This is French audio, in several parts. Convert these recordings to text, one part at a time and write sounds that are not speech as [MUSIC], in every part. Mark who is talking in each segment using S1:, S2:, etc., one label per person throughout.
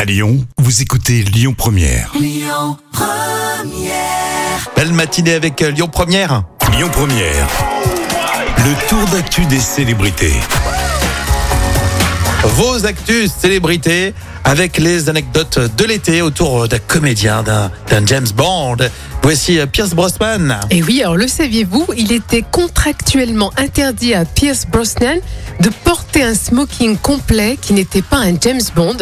S1: À Lyon, vous écoutez Lyon Première.
S2: Belle matinée avec euh, Lyon Première.
S1: Lyon Première. Le tour d'actu des célébrités.
S2: Vos actus célébrités avec les anecdotes de l'été autour d'un comédien, d'un d'un James Bond. Voici euh, Pierce Brosnan.
S3: Et oui, alors le saviez-vous, il était contractuellement interdit à Pierce Brosnan de porter un smoking complet qui n'était pas un James Bond.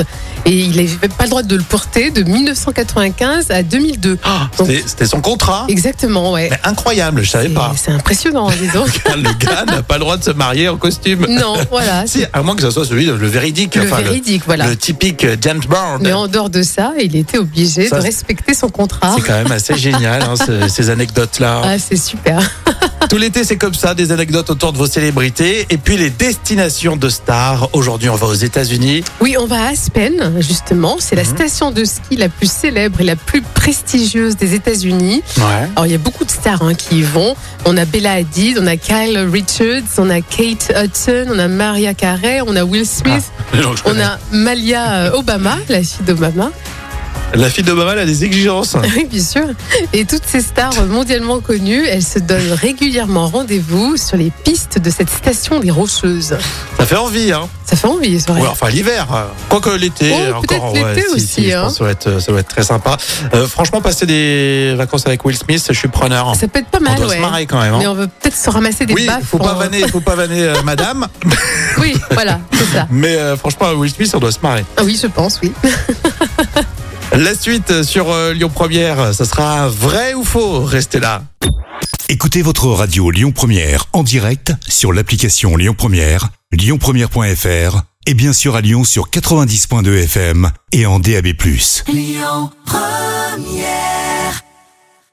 S3: Et il n'avait pas le droit de le porter de 1995 à 2002. Donc,
S2: Ah, C'était c'était son contrat.
S3: exactement, ouais.
S2: Mais incroyable, je savais
S3: C'est-
S2: pas.
S3: C'est impressionnant, dis
S2: [LAUGHS]
S3: donc.
S2: Le gars n'a pas le droit de se marier en costume.
S3: [LAUGHS] non, voilà.
S2: Si, à moins que ce soit celui, le véridique,
S3: Le
S2: enfin, le-
S3: véridique, voilà.
S2: le typique euh, James Bond.
S3: Mais en dehors de ça, il était obligé
S2: Ça,
S3: de
S2: c'est-
S3: respecter son contrat.
S2: C'est quand même assez génial, hein, ce- ces anecdotes-là.
S3: Ah, c'est super.
S2: Tout l'été, c'est comme ça, des anecdotes autour de vos célébrités. Et puis les destinations de stars. Aujourd'hui, on va aux États-Unis.
S3: Oui, on va à Aspen, justement. C'est
S2: Mhm.
S3: la station de ski la plus célèbre et la plus prestigieuse des États-Unis.
S2: Ouais. [LAUGHS]
S3: Alors, il y a beaucoup de stars hein, qui y vont. On a Bella Hadid, on a Kyle Richards, on a Kate Hudson, on a Maria Carey, on a Will Smith,
S2: Ah.
S3: on a Malia euh, Obama, la fille d'Obama, [LAUGHS]
S2: La fille de Bama, elle a des exigences.
S3: oui, bien sûr. Et toutes ces stars mondialement connues, elles se donnent régulièrement rendez-vous sur les pistes de cette station des Rocheuses.
S2: Ça fait envie, hein.
S3: Ça fait envie, c'est vrai.
S2: Ouais, enfin, l'hiver. euh, Quoique l'été,
S3: Oh,
S2: encore.
S3: peut-être l'été
S2: si,
S3: aussi,
S2: si, je
S3: hein.
S2: pense que ça, doit être, ça doit être très sympa. Euh, franchement, passer des vacances avec Will Smith, je suis preneur.
S3: Ça peut être pas
S2: on
S3: mal,
S2: doit
S3: ouais.
S2: se marrer quand même.
S3: Mais
S2: Hein.
S3: on veut peut-être se ramasser des
S2: Oui,
S3: baffes.
S2: faut pas
S3: en-
S2: vanner, faut pas vanner euh, madame,
S3: [LAUGHS] Oui, voilà, c'est ça.
S2: mais euh, franchement, Will Smith, on doit se marrer.
S3: Ah oui, je pense, oui.
S2: La suite euh, sur euh, Lyon Première, ça sera vrai ou faux Restez là.
S1: Écoutez votre radio Lyon Première en direct sur l'application Lyon Première, lyonpremière.fr et bien sûr à Lyon sur 90.2 FM et en DAB+.